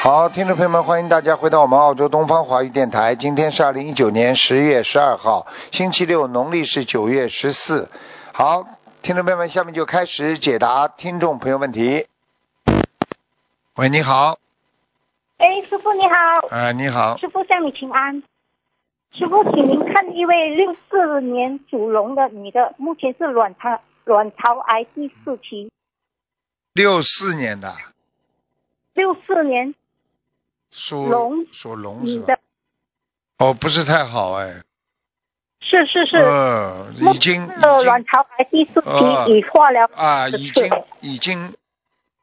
好，听众朋友们，欢迎大家回到我们澳洲东方华语电台。今天是二零一九年十月十二号，星期六，农历是九月十四。好，听众朋友们，下面就开始解答听众朋友问题。喂，你好，哎，师傅你好，呃，你好，师傅向你请安。师傅，请您看一位六四年属龙的女的，目前是卵巢卵巢癌第四期，六四年的，六四年属龙属龙女是吧的？，哦，不是太好哎，是是是，嗯，目已经前已是经卵巢癌第四呃期，已化疗啊，十已次经已经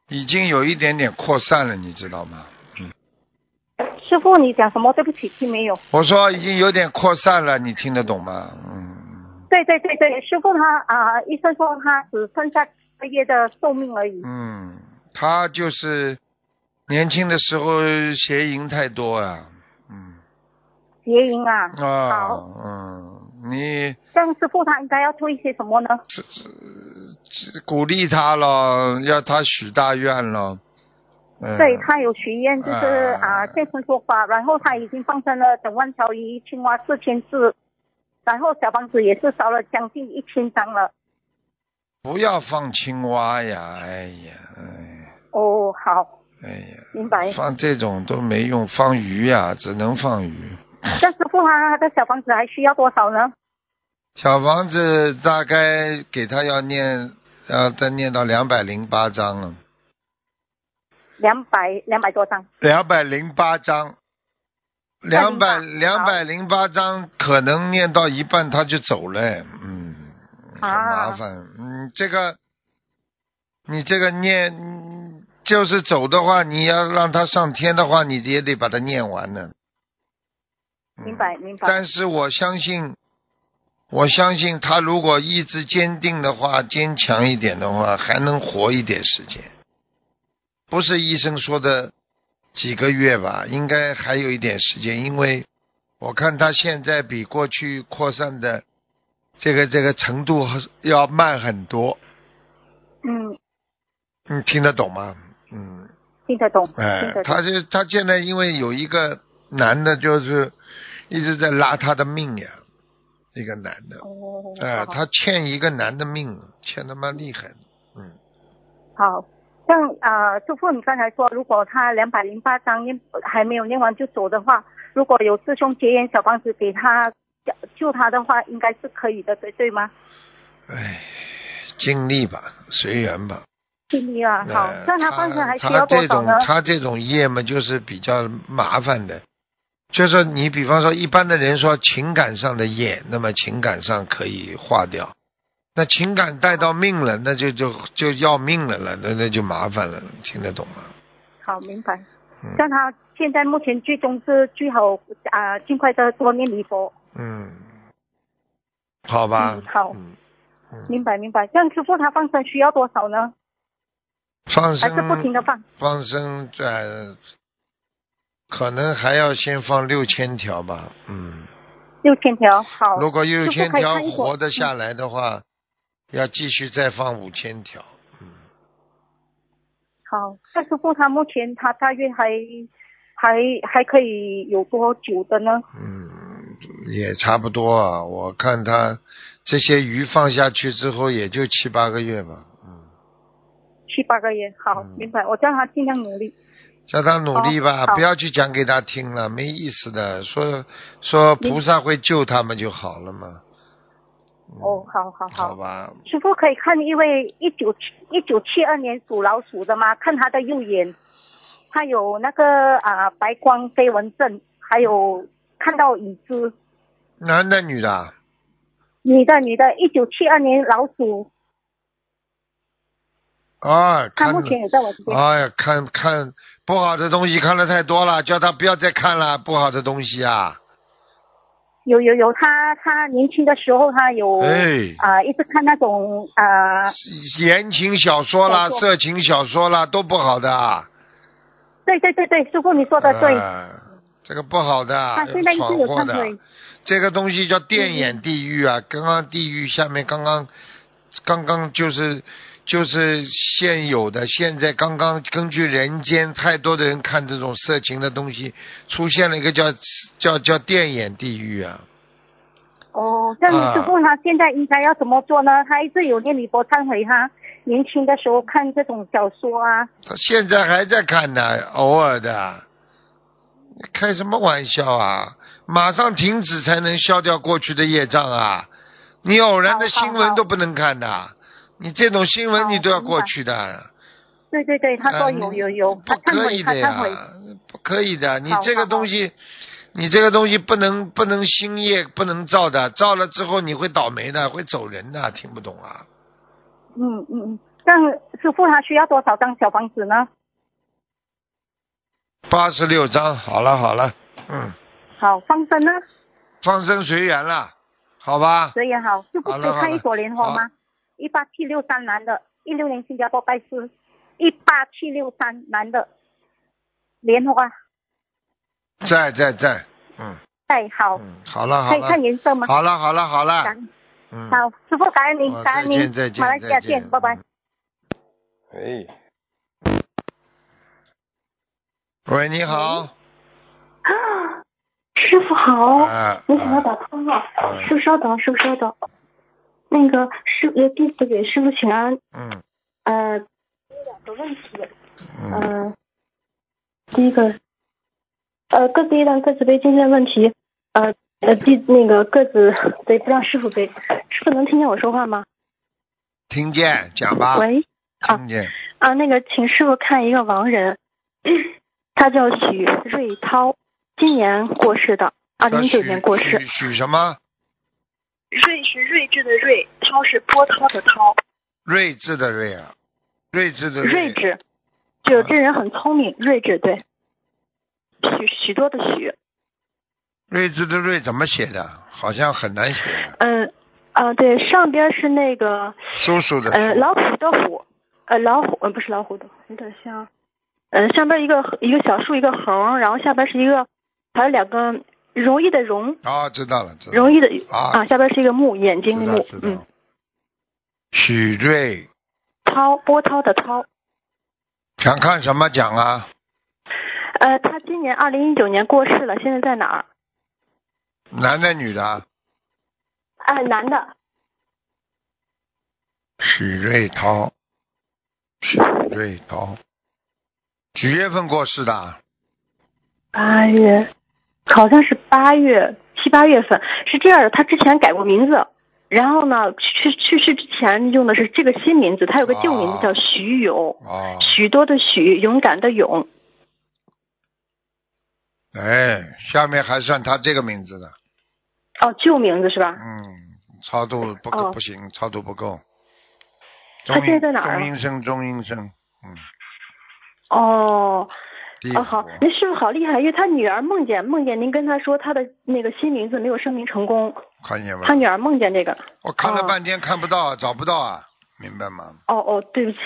已经有一点点扩散了，你知道吗？师傅，你讲什么？对不起，听没有。我说已经有点扩散了，你听得懂吗？嗯对对对对，师傅他啊、医生说他只剩下几个月的寿命而已。嗯，他就是年轻的时候邪淫太多啊，嗯邪淫啊，啊好嗯，你像师傅他应该要做一些什么呢？鼓励他咯，要他许大愿咯，嗯，对他有许愿，就是啊啊，现身说法，然后他已经放生了整万条鱼、青蛙四千只，然后小房子也是烧了将近一千张了。不要放青蛙呀，哎呀，哎哦，好，哎呀。明白。放这种都没用，放鱼呀、只能放鱼。像师傅他他的小房子还需要多少呢？小房子大概给他要念，要再念到两百零八章了。两百两百多张。两百零八章，两百两百零八章可能念到一半他就走了，嗯，很麻烦。嗯，这个你这个念嗯就是走的话，你要让他上天的话，你也得把它念完呢。嗯明白明白。但是我相信，我相信他如果意志坚定的话，坚强一点的话，还能活一点时间。不是医生说的几个月吧，应该还有一点时间，因为我看他现在比过去扩散的这个这个程度要慢很多。嗯，你听得懂吗？嗯，听得懂，听哎得，懂。他是他现在因为有一个男的，就是一直在拉他的命呀，一个男的。哦，哎、好他欠一个男的命，欠他妈厉害。嗯，好，像啊、呃，师傅你刚才说，如果他两百零八章念还没有念完就走的话，如果有师兄结缘小房子给他救他的话，应该是可以的，对对吗？哎，尽力吧，随缘吧。尽力啊，好呃，那他他放生还需他要多这少种呢？他这种业嘛，就是比较麻烦的。就是说你比方说一般的人说情感上的业，那么情感上可以化掉。那情感带到命了，那就就就要命了了，那那就麻烦了，听得懂吗？好，明白嗯。像他现在目前最终是最好啊、呃尽快的多念离佛。嗯，好吧。嗯好嗯明白明白。像师傅他放生需要多少呢？放还生是不停的放？放生呃，可能还要先放六千条吧，嗯，六千条。好。如果六千可以条看一会儿活得下来的话，要继续再放五千条，嗯，好，那师傅他目前他大约还还还可以有多久的呢？也差不多啊。我看他这些鱼放下去之后，也就七八个月吧，七八个月。好，嗯明白。我叫他尽量努力。叫他努力吧，哦好不要去讲给他听了，没意思的。说说菩萨会救他们就好了嘛，哦，好好嗯好好。吧？师傅可以看一位一九七一九七二年属老鼠的吗？看他的右眼，他有那个啊、白光飞蚊症，还有看到已知。男的女的啊？女的，女的，一九七二年老鼠，啊，她看目了。前有在我这边。哎呀，看看不好的东西看的太多了，叫他不要再看了不好的东西啊！有有有，她她年轻的时候，她有啊、哎，一直看那种啊、言情小说啦、小说色情小说啦，都不好的啊。对对对对，师傅你说的对，呃这个不好的她啊，现在一直闯有祸忏的悔。。这个东西叫电眼地狱啊，刚刚地狱下面刚刚刚刚就是就是现有的，现在刚刚根据人间太多的人看这种色情的东西，出现了一个叫叫叫电眼地狱啊。哦，这样师傅他现在应该要怎么做啊呢？他一直有念李博忏悔哈，年轻的时候看这种小说啊，他现在还在看呢，偶尔的。开什么玩笑啊！马上停止才能消掉过去的业障啊！你偶然的好好新闻好都不能看的，你这种新闻好你都要明过白去的。对对对，他说啊有你有有，他不忏可悔以他的呀忏悔，，不可以的。你好这个好东西，你这个东西不能不能兴业，不能造的，造了之后你会倒霉的，会走人的，听不懂啊？嗯嗯嗯，这样师傅他需要多少张小房子呢？八十六章，好了好了，嗯，好，放生呢？放生随缘了，好吧？谁也好，就不好可了以好看了一朵莲花好吗？一八七六三男的，一六年新加坡拜师，一八七六三男的，莲花，在在在，嗯哎，好，嗯，好了好可以看了，颜色吗？好了好了好了，感嗯。好，师傅感恩您好，感再恩您见哦再，见马来西亚再见嗯见，拜拜。喂，喂，你好。啊， 师傅好，啊没想到啊打通了嗯，师傅稍等，师傅稍等。那个师呃弟子给师傅请安，嗯呃，有两个问题，嗯呃，第一个，呃，各自一段，各自背，今天的问题，呃呃，弟那个各自对，不让师傅背，师傅能听见我说话吗？听见，讲吧。喂，啊听见。啊，那个，请师傅看一个亡人，他叫许瑞涛，今年过世的，二啊零一九年过世许。许什么？睿是睿智的睿，涛是波涛的涛，睿智的睿啊，睿智的睿智，就啊这人很聪明，睿智对。许许多的许，睿智的睿怎么写的？好像很难写的。嗯，啊、对，上边是那个叔叔的呃叔。老虎的虎，呃老虎呃不是老虎的，有点像，呃上边一个一个小树一个横，然后下边是一个，还有两个容易的容，啊，知道了，知道容了。易的啊啊下边是一个木，眼睛知的道木知，嗯道，。许睿涛波涛的涛，想看什么讲啊？呃他今年二零一九年过世了，现在在哪儿？男的女的啊？啊、男的。许瑞涛，许瑞涛，几月份过世的啊？八月，好像是八月七八月份，是这样的，他之前改过名字，然后呢，去去去世之前用的是这个新名字，他有个旧名哦字叫徐勇，哦，许多的许，勇敢的勇，哎，下面还算他这个名字的，哦，旧名字是吧？嗯，超度不够、哦不行，超度不够。他中阴现在在哪儿啊中阴身，中阴身，嗯，哦，地府。哦好，那师傅好厉害，因为他女儿梦见梦见您跟他说他的那个新名字没有声明成功，看见吗他？女儿梦见这个，我看了哦半天看不到，找不到啊，明白吗？哦哦，对不起，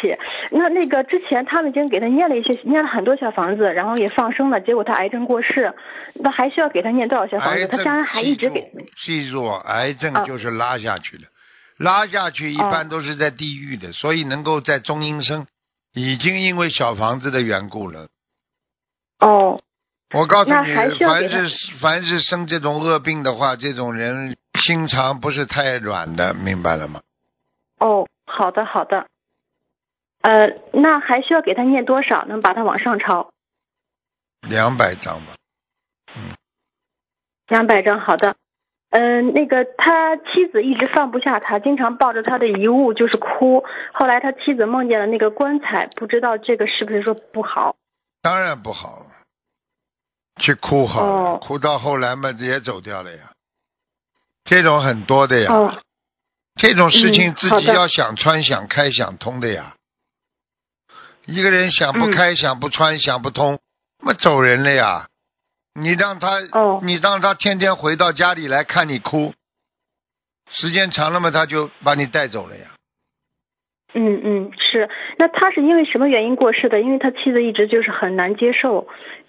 那那个之前他们已经给他念了一些，念了很多小房子，然后也放生了，结果他癌症过世，那还需要给他念多少小房癌子？他症，家人还一直给记住，记住啊，癌症啊就是拉下去的，拉下哦去一般都是在地狱的，所以能够在中阴身，已经因为小房子的缘故了。哦我告诉那你还，需要凡给他是凡是生这种恶病的话，这种人心肠不是太软的，明白了吗？哦，好的好的，呃，那还需要给他念多少？能把他往上抄两百张吧，两百张？好的，嗯、那个他妻子一直放不下他，经常抱着他的遗物就是哭，后来他妻子梦见了那个棺材，不知道这个是不是说不好？当然不好了，去哭好了，哦哭到后来嘛也走掉了呀，这种很多的呀。哦这种事情嗯自好己的要想穿、想开、想通的呀。一个人想不嗯开、想不穿、想不通，那走人了呀。你让他，哦你让他天天回到家里来看你哭，时间长了嘛，他就把你带走了呀。嗯嗯，是。那他是因为什么原因过世的？因为他妻子一直就是很难接受，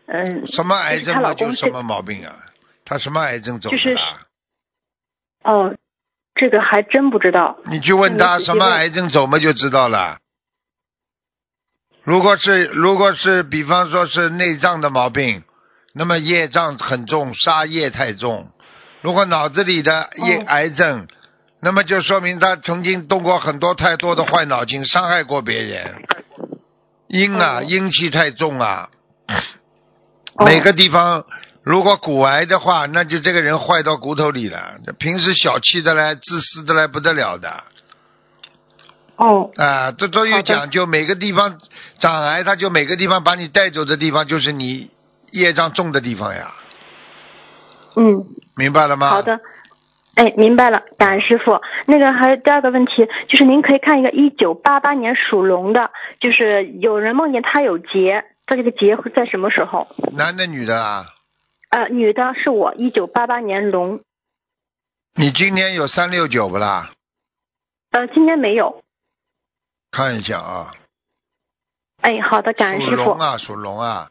嗯，什么癌症她嘛，老就公什么毛病啊？他什么癌症走的啦？哦，这个还真不知道。你去问那他你仔细什么问癌症走嘛，就知道了。如果是如果是比方说是内脏的毛病，那么业障很重，杀业太重。如果脑子里的业哦癌症，那么就说明他曾经动过很多太多的坏脑筋，伤害过别人。阴啊，哦阴气太重啊，哦每个地方如果骨癌的话，那就这个人坏到骨头里了。平时小气的嘞，自私的嘞，不得了的哦啊，这都有好的讲究。每个地方长癌，他就每个地方把你带走的地方，就是你业障重的地方呀，嗯。明白了吗？好。的，哎，明白了，感恩师傅。那个还有第二个问题，就是您可以看一个一九八八年属龙的，就是有人梦见他有劫，他这个劫会在什么时候？男的女的啊？呃，女的是我，一九八八年龙，你今天有三六九不啦？呃，今天没有。看一下啊，哎，好的，感恩属师傅龙。啊，属龙啊。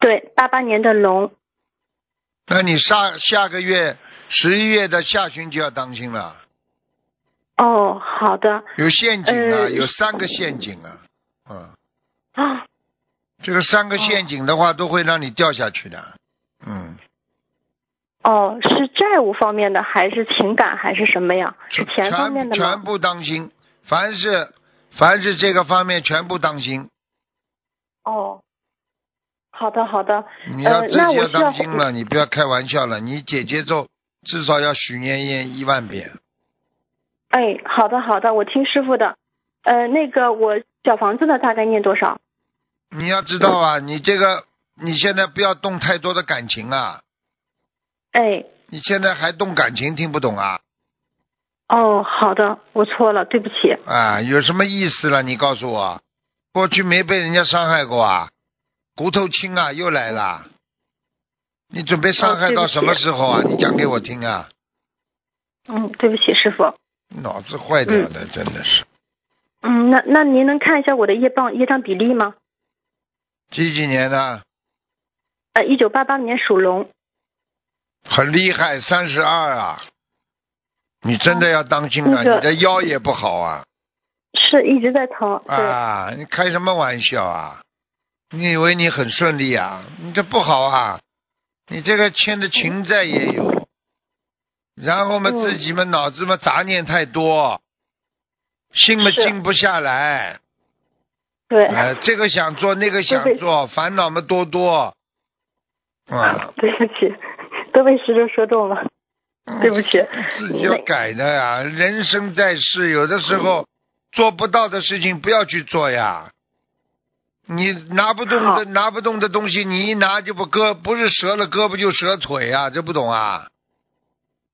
对，八八年的龙，那你下下个月十一月的下旬就要当心了，哦，好的有陷阱啊，呃有三个陷阱啊，嗯。啊，这个三个陷阱的话，都会让你掉下去的。嗯，哦，是债务方面的，还是情感，还是什么呀？是全钱方面全的全吗？部当心，凡是凡是这个方面全部当心，哦，好的，好的，你要呃自那己我要需要当心了，你不要开玩笑了。你姐姐咒至少要许念念一万遍。哎，好的好的，我听师傅的。呃，那个我小房子的大概念多少？你要知道 啊，你这个你现在不要动太多的感情啊，哎，你现在还动感情，听不懂啊？哦，好的，我错了，对不起。啊，有什么意思了？你告诉我，过去没被人家伤害过啊？骨头轻啊，又来啦！你准备伤哦害到什么时候啊？你讲给我听啊！嗯，对不起，师傅。脑子坏掉的，真的是。嗯，那那您能看一下我的业障业障比例吗？几几年的？呃，一九八八年属龙。很厉害，三十二啊！你真的要当心啊！那个你的腰也不好啊！是一直在疼，对，啊，你开什么玩笑啊？你以为你很顺利啊？你这不好啊！你这个欠的情债也有，然后嘛，嗯自己嘛脑子嘛杂念太多，心嘛是静不下来，对、哎，这个想做那个想对做，烦恼嘛多多。啊，对不起， 都被师傅说中了，对不起。嗯自己要改的呀！人生在世，有的时候做不到的事情不要去做呀。你拿不动好的拿不动的东西，你一拿就不胳不是折了胳膊就折腿啊，这不懂啊？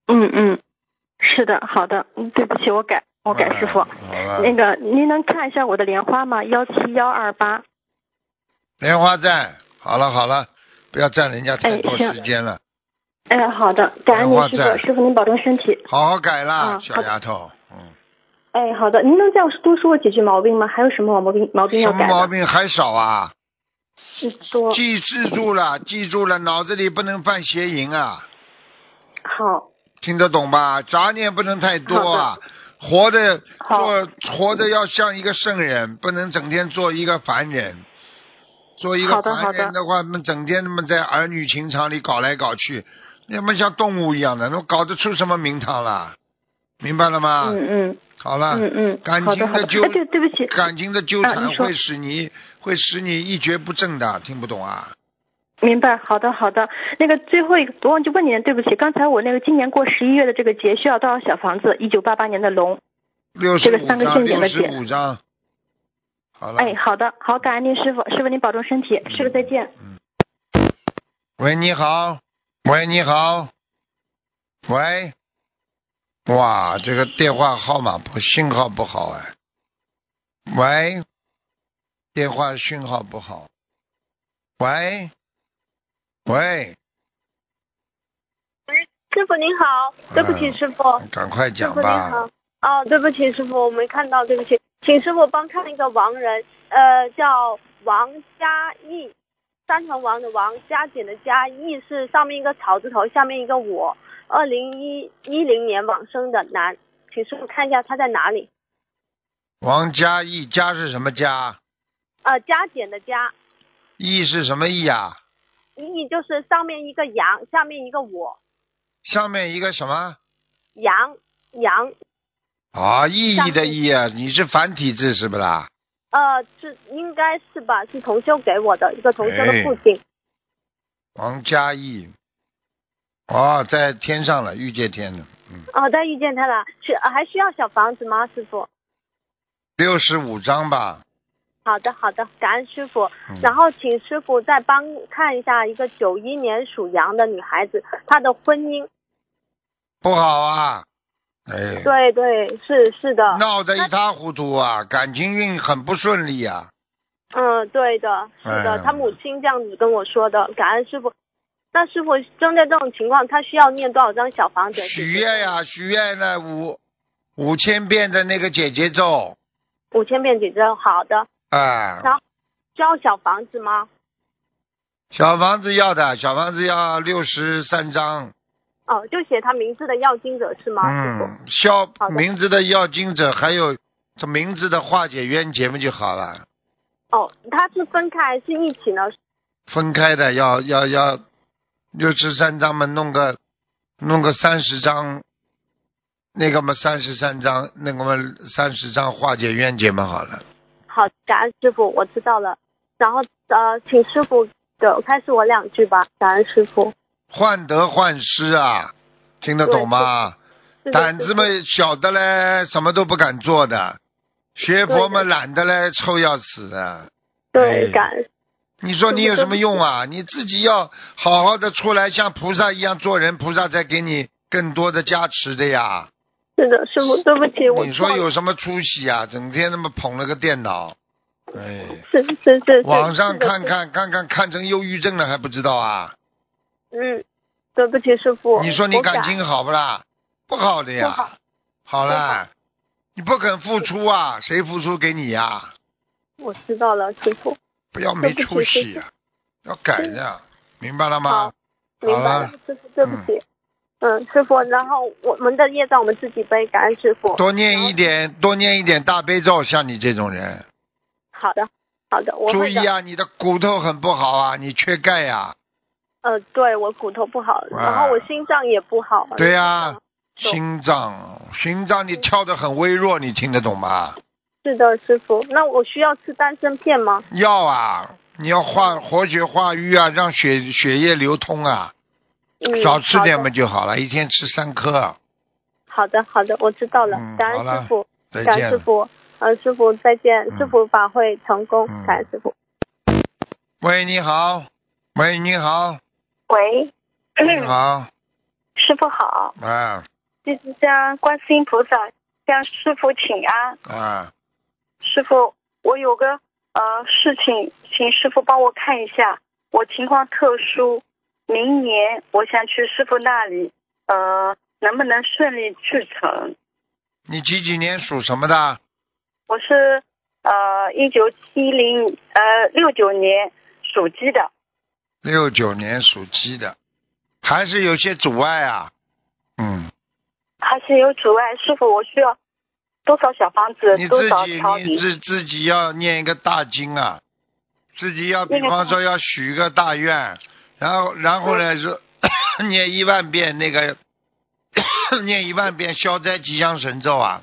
嗯嗯，是的，好的，嗯对不起，我改，我改，师傅啊。好了，那个您能看一下我的莲花吗？幺七幺二八。莲花站，好了好了，不要占人家太哎多行时间了，哎，好的，感恩您师电话在傅，师傅您保重身体。好好改啦，啊小好丫头。嗯，哎，好的，您能再多说我几句毛病吗？还有什么毛病毛病要什么改毛的？病还少啊？是多记记住了，记住了，脑子里不能犯邪淫啊。好，听得懂吧？杂念不能太多啊，活着好做活着要像一个圣人，不能整天做一个凡人。做一个好的凡人好的的话，那么整天那么在儿女情长里搞来搞去，要么像动物一样的，那搞得出什么名堂啦？明白了吗？嗯好了，嗯嗯嗯，啊感好情的好的。纠哎，对对不起，感情的纠啊缠你说会使你、会使你一蹶不振的，听不懂啊？明白，好的好的。那个最后一个，我忘记问您，对不起，刚才我那个今年过十一月的这个节需要多少小房子？一九八八年的龙。六十这个五三个张，陷阱六的十点五张，好了。哎，好的，好，感恩您师傅，师傅您保重身体，嗯师傅再见。喂，你好，喂，你好，喂，哇，这个电话号码不信号不好哎，喂，电话信号不好，喂，喂，师傅您好，对不起嗯师傅，赶快师讲傅您吧好，，哦，对不起师傅，我没看到，对不起，请师傅帮看一个亡人，呃，叫王嘉义，三横王的王，加减的加，义是上面一个草字头，下面一个我，二零一一零年往生的男，请师傅看一下他在哪里，王嘉义，嘉是什么嘉？呃，加减的加，义是什么义啊？义就是上面一个羊，下面一个我，上面一个什么羊羊，啊？意义上的面义啊？你是繁体字是不啦？呃，是应该是吧？是同修给我的一个同修哎的父亲，王嘉义。哦，在天上了，遇见天了。嗯，哦，但遇见他了，是、呃还需要小房子吗，师傅？六十五章吧。好的，好的，感恩师傅。嗯、然后请师傅再帮看一下一个九一年属羊的女孩子，她的婚姻。嗯不好啊，哎，对啊对，是是的，闹得一塌糊涂啊，感情运很不顺利啊。嗯，对的，是哎的，她母亲这样子跟我说的，感恩师傅。那师傅针对这种情况，她需要念多少张小房子？许愿呀、许愿呢，五五千遍的那个姐姐咒五千遍姐姐，好的，啊，然后需要小房子吗？小房子要的，小房子要六十三章。哦，就写她名字的要经者是吗？师傅嗯，消好的名字的要经者，还有这名字的化解冤结嘛就好了。哦，她是分开还是一起呢？分开的要要要六十三章嘛，弄个弄个三十章，那个嘛三十三章，那个嘛三十章化解冤结嘛好了。好，感恩师傅，我知道了。然后呃，请师傅的开始我两句吧，感恩师傅。患得患失啊，听得懂吗？是的胆子嘛是的小的嘞，什么都不敢做的；学佛嘛对的懒得嘞，臭要死的。哎对，感恩你说你有什么用啊？你自己要好好的出来，像菩萨一样做人，菩萨才给你更多的加持的呀。是的，师傅，对不起，我你错说了有什么出息啊？整天那么捧了个电脑，哎，是是是是网上是的看是的看看看看成忧郁症了还不知道啊？嗯，对不起，师傅。你说你我改感情好不啦？不好的呀，不好好不啦好，你不肯付出啊，谁付出给你呀、我知道了，师傅，不要没对出不起息呀、要改呀、明白了吗？明白好了了，师傅，对不起。嗯，师傅，然后我们的业障我们自己背，感恩师傅。多念一点，多念一点大悲咒，像你这种人，好的，好的，我注会意的。啊，你的骨头很不好啊，你缺钙呀、呃，对我骨头不好，哇然后我心脏也不好。对啊呀、是的心脏，心脏你跳得很微弱，你听得懂吗？是的，师傅，那我需要吃丹参片吗？要啊，你要化活血化瘀啊，让血血液流通啊，嗯，少吃点嘛好的。就好了，一天吃三颗啊。好的，好的，我知道了嗯，感好恩了师傅，再感恩见师了。傅，呃，师傅再见，嗯师傅法会成功嗯，感恩师傅。喂，你好，喂，你好，喂， 你好，师傅好，啊弟子向观世音菩萨向师傅请安。啊，师傅，我有个呃事情，请师傅帮我看一下。我情况特殊，明年我想去师傅那里，呃，能不能顺利去成？你几几年属什么的？我是呃一九七零呃六九年属鸡的，六九年属鸡的，还是有些阻碍啊。嗯，还是有阻碍。师傅，我需要多少小房子你，多自少己条你鱼？自自己要念一个大经啊，自己要比念个方大说要许一个大愿，然后然后呢是 念一万遍那个 念一万遍消灾吉祥神咒啊。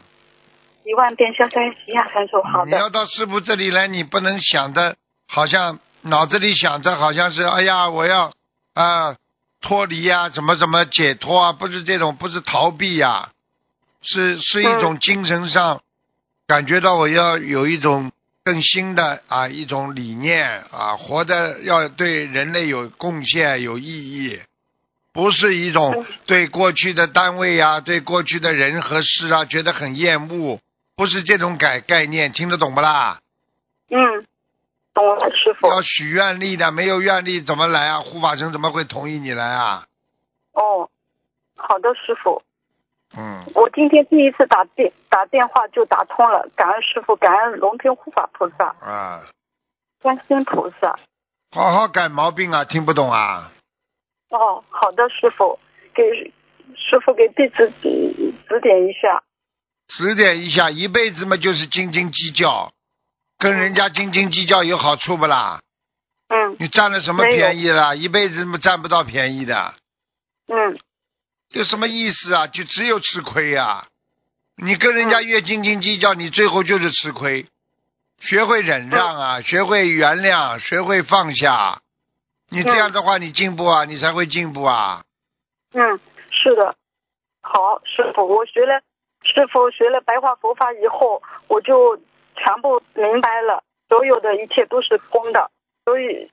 一万遍消灾吉祥神咒，好你的。要到师傅这里来，你不能想的，好像脑子里想着好像是，哎呀，我要啊、脱离呀、怎么怎么解脱啊，不是这种，不是逃避呀、是是一种精神上、感觉到我要有一种更新的啊一种理念啊，活的要对人类有贡献有意义。不是一嗯种对过去的单位呀、对过去的人和事啊，觉得很厌恶，不是这种概概念，听得懂不啦？嗯，懂了，师傅。要许愿力的，没有愿力怎么来啊？护法神怎么会同意你来啊？哦，好的，师傅。嗯，我今天第一次打电打电话就打通了，感恩师傅，感恩龙天护法菩萨、啊，观世音菩萨。好好改毛病啊，听不懂啊？哦，好的，师傅，给师傅给弟子嗯指指点一下。指点一下，一辈子嘛就是斤斤计较，跟人家斤斤计较有好处不啦？嗯你占了什么没有便宜啦？一辈子占不到便宜的，嗯有什么意思啊？就只有吃亏呀、你跟人家嗯越斤斤计较，你最后就是吃亏。学会忍让啊，嗯学会原谅，学会放下。你这样的话，你进步啊，你才会进步啊。嗯，是的。好，师傅，我学了，师傅学了白话佛法以后，我就全部明白了，所有的一切都是空的，所以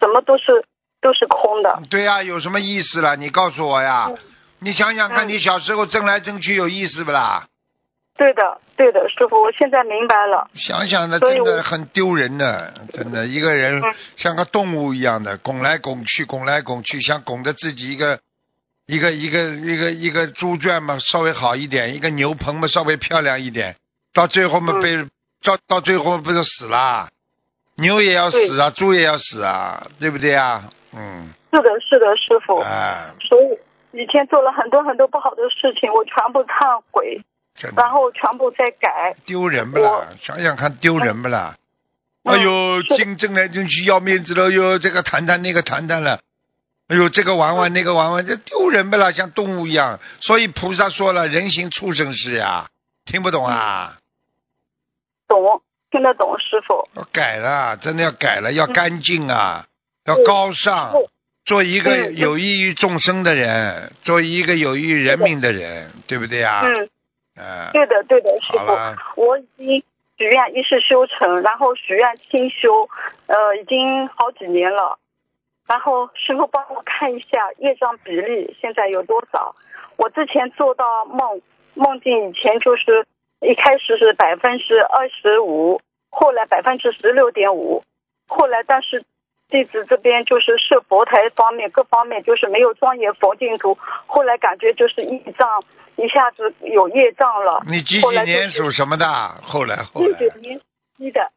什么都是都是空的。对呀、有什么意思了？你告诉我呀。你想想看，嗯你小时候争来争去有意思不啦？对的，对的，师傅，我现在明白了。想想呢，所以真我的很丢人的，真的一个人嗯像个动物一样的拱来拱去，拱来拱去，像拱着自己一个一个一个一个一个猪圈嘛，稍微好一点，一个牛棚嘛，稍微漂亮一点，到最后嘛嗯被、到到最后不是死啦？牛也要死啊，猪也要死啊，对不对啊？嗯，是的，是的，师傅。啊，所以以前做了很多很多不好的事情，我全部忏悔，真的然后全部再改。丢人不啦？想想看，丢人不啦？哎嗯呦，是的竞争来争去要面子了，哎呦，这个谈谈那个谈谈了，哎呦，这个玩玩那个玩玩，这丢人不啦？像动物一样。所以菩萨说了，人形畜生是呀，听不懂啊？嗯懂，听得懂，师傅。要改了，真的要改了，要干净啊，要高尚嗯，做一个嗯有益于众生的人，做一个有益于人民的人，对不对啊？嗯，嗯，对的，对的，师好了，傅。我已经许愿一世修成，然后许愿清修，呃，已经好几年了。然后师傅帮我看一下业障比例现在有多少？我之前做到梦梦境以前就是一开始是百分之二十五，后来百分之十六点五，后来但是弟子这边就是设佛台方面各方面就是没有庄严佛净土，后来感觉就是业障一下子有业障了。你几后几来就年是属什么的？后来后六来九年一的，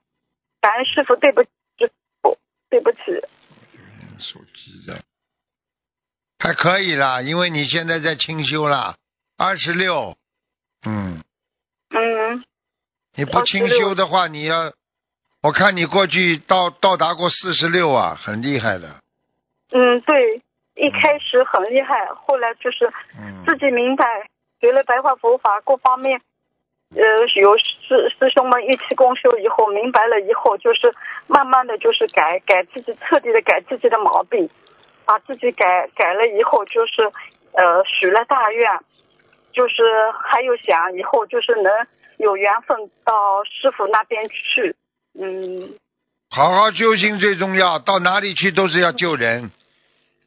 感恩师傅，对不起，师傅，对不起，手机的，还可以啦，因为你现在在清修啦，二十六，嗯，嗯，你不清修的话，你要，我看你过去到到达过四十六啊，很厉害的，嗯，对，一开始很厉害，后来就是嗯，自己明白，学了白话佛法各方面，呃，有师师兄们一起共修以后，明白了以后，就是慢慢的就是改改自己，彻底的改自己的毛病，把自己改改了以后，就是呃许了大愿，就是还有想以后就是能有缘分到师傅那边去，嗯好好修行最重要，到哪里去都是要救人，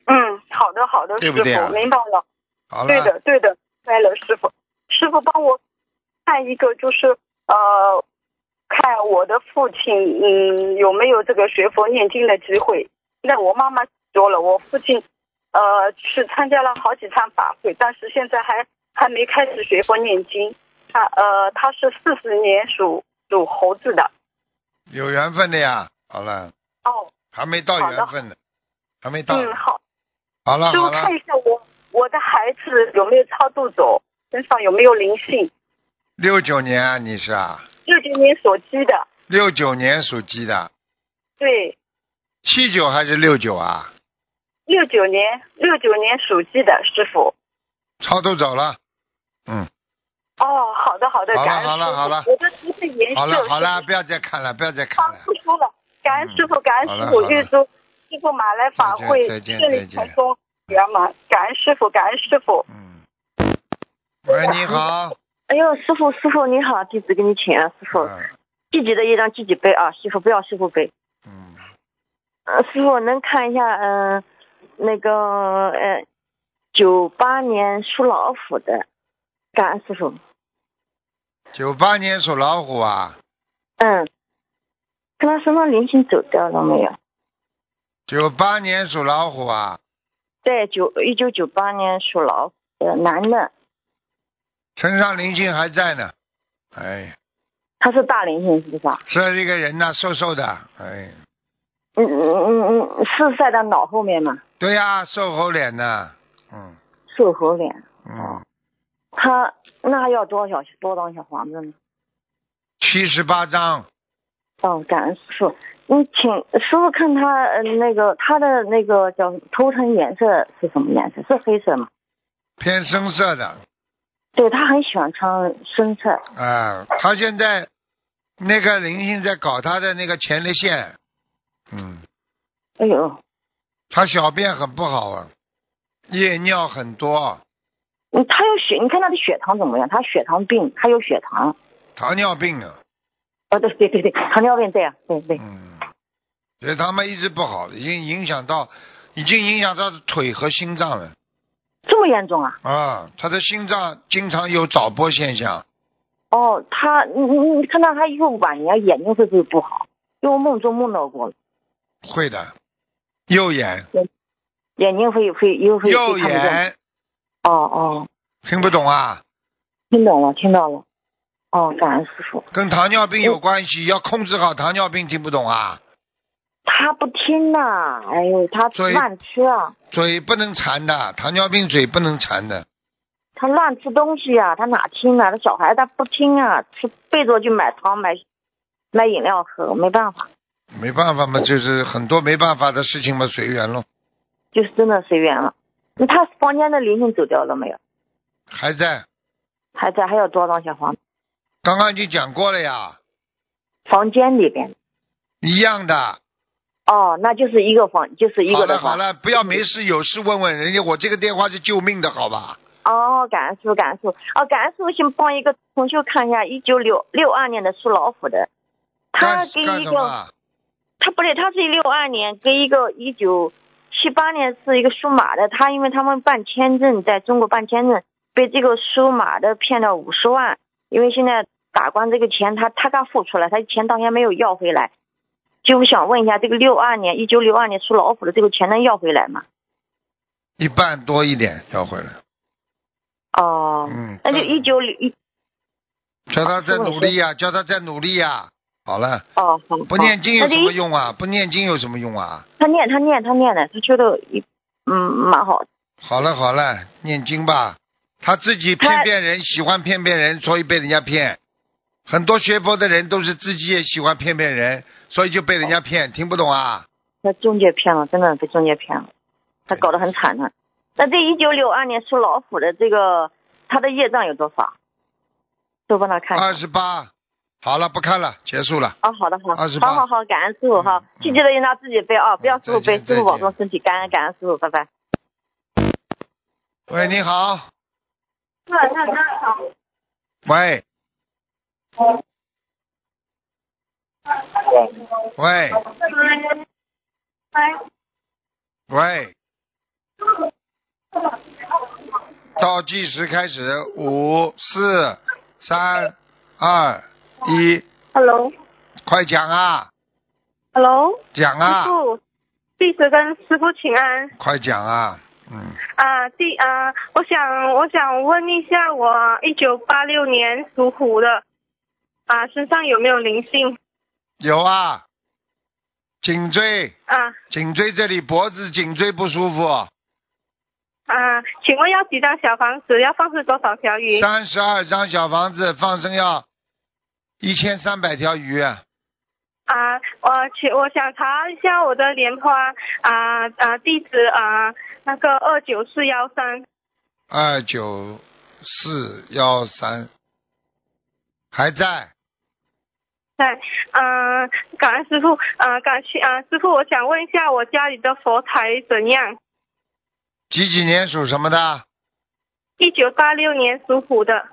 嗯，好的好的，对师不对啊傅明白了。好对了，的，对的，对了，师傅，师傅帮我看一个，就是呃，看我的父亲，嗯，有没有这个学佛念经的机会？那我妈妈说了，我父亲呃去参加了好几场法会，但是现在还还没开始学佛念经。他呃，他是四十年属属猴子的。有缘分的呀，好了，哦，还没到好的缘分呢，还没到，嗯，好，好了师傅好了看，一下我我的孩子有没有超度走，身上有没有灵性？六九年啊，你是啊，六九年所鸡的，六九年属鸡的，对。七九还是六九啊？六九年，六九年属鸡的师傅。超度走了，嗯。哦，好的好的，好了感恩好了师傅好了我的图哎是颜色。好了好了，师不要再看了，不要再傅，看啊了。不说了，感恩师傅，感恩嗯师好了傅好，了预祝师傅马来法会再见顺再见利再见成功圆满，感恩师傅，感恩师傅。嗯。喂，你好。哎呦，师傅，师傅您好，弟子给你请安，师傅，嗯自己的业障自己背啊，师傅不要师傅背。嗯，呃，师傅能看一下，嗯、那个，呃，九八年属老虎的，感恩师傅。九八年属老虎啊，嗯，看他身上灵性走掉了没有？九八年属老虎啊，对，九一九九八年属老虎的男的，身上灵性还在呢。哎，他是大灵性是不是啊？是这个人呐，瘦瘦的。哎，嗯嗯嗯嗯，是在他脑后面嘛，对呀、瘦猴脸呢。嗯瘦猴脸。嗯，他那还要多少小多少小房子呢？七十八张，哦，感恩师傅。嗯，请师傅看他呃那个他的那个叫头层颜色是什么颜色？是黑色吗？偏深色的对他很喜欢穿深色。啊。他现在那个灵性在搞他的那个前列腺，嗯，哎呦，他小便很不好啊，夜尿很多，啊嗯他有血，你看他的血糖怎么样？他血糖病，他有血糖。糖尿病啊，哦，对对对对，糖尿病对呀、对对。嗯，所以他们一直不好，已经影响到，已经影响到腿和心脏了这么严重啊？啊，他的心脏经常有早搏现象，哦，他你你你看到他右晚年眼睛会不会不好？因为我梦中梦到过了，会的，右眼，眼睛会会又会右会看不见。眼，哦哦，听不懂啊？听懂了，听到了。哦，感恩师傅，跟糖尿病有关嗯系，要控制好糖尿病，听不懂啊？他不听呐、哎呦，他所以乱吃啊，嘴不能馋的，糖尿病嘴不能馋的，他乱吃东西啊，他哪听啊？他小孩他不听啊，吃背着就买糖买买饮料喝，没办法，没办法嘛，就是很多没办法的事情嘛，随缘咯，就是真的随缘了。那他房间的灵性走掉了没有？还在，还在，还有多少张小房子？刚刚已经讲过了呀，房间里边。一样的。哦，那就是一个房，就是一好个了的好房。了，不要没事有事问问人家，我这个电话是救命的，好吧？哦，感恩师傅，感恩师傅。哦，感恩师傅，请帮一个同学看一下，一九六六二年的属老虎的，他干跟干一什个么？他不对，他是六二年跟一个一九七八年是一个属马的，他因为他们办签证，在中国办签证被这个属马的骗了五十万，因为现在打光这个钱他他刚付出来，他钱当天没有要回来，就想问一下这个六二年一九六二年属老虎的这个钱能要回来吗？一半多一点要回来。哦，嗯，那就再一九六一叫他再师傅你努力呀、叫他再努力呀、好了，哦，好，不念经好有那什就么一用啊？不念经有什么用啊？他念他念他念的，他觉得一嗯蛮好的。好了好了，念经吧。他自己骗他骗人，喜欢骗骗人，所以被人家骗。很多学佛的人都是自己也喜欢骗骗人，所以就被人家骗。听不懂啊？他中介骗了，真的被中介骗了，他搞得很惨的。那这一九六二年属老虎的这个他的业障有多少？都帮他看一下。二十八，好了，不看了，结束了。啊，好的，好， 28好好好，感恩师傅哈嗯，记记得让他自己背啊，不要师傅再背，见师再傅保见重身体，感恩感恩师傅，拜拜。喂，你好。那哦那那好，喂。喂哎喂，倒计时开始，五、四、三、二、一， Hello，Hello，快讲啊，讲师啊，傅，弟子跟师傅请安快讲啊，嗯，啊，弟啊，我想我想问一下，我一九八六年属虎的啊，身上有没有灵性有啊，颈椎，啊颈椎这里脖子颈椎不舒服，啊？请问要几张小房子？要放置多少条鱼？三十二张小房子放生要一千三百条鱼，啊，我请我想查一下我的莲花啊啊地址啊，那个二九四幺三二九四幺三还在，对，嗯、感恩师傅，啊，感谢啊、师傅，我想问一下我家里的佛台怎样？几几年属什么的？一九八六年属虎的，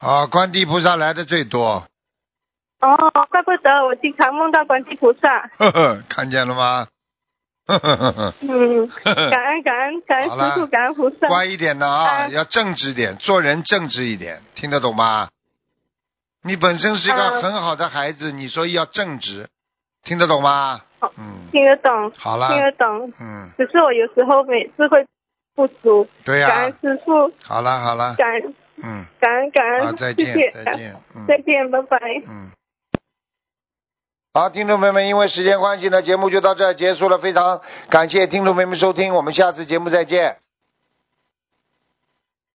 啊，观地菩萨来的最多，哦，怪不得我经常梦到观世菩萨。呵呵，看见了吗？呵呵呵呵，嗯，呵呵 感恩感恩感恩好啦师傅，感恩菩萨。乖一点的啊，嗯要正直点，做人正直一点，听得懂吗？你本身是一个嗯很好的孩子，你所以要正直，听得懂吗？嗯，听得懂，好哦听得了，懂，嗯，只是我有时候每次会不足。对啊感呀、恩师傅，好了好了，感恩嗯，感恩感好，恩，再谢谢见，，再见，嗯。再见，拜拜。嗯，好，听众朋友们，因为时间关系呢，节目就到这儿结束了。非常感谢听众朋友们收听，我们下次节目再见。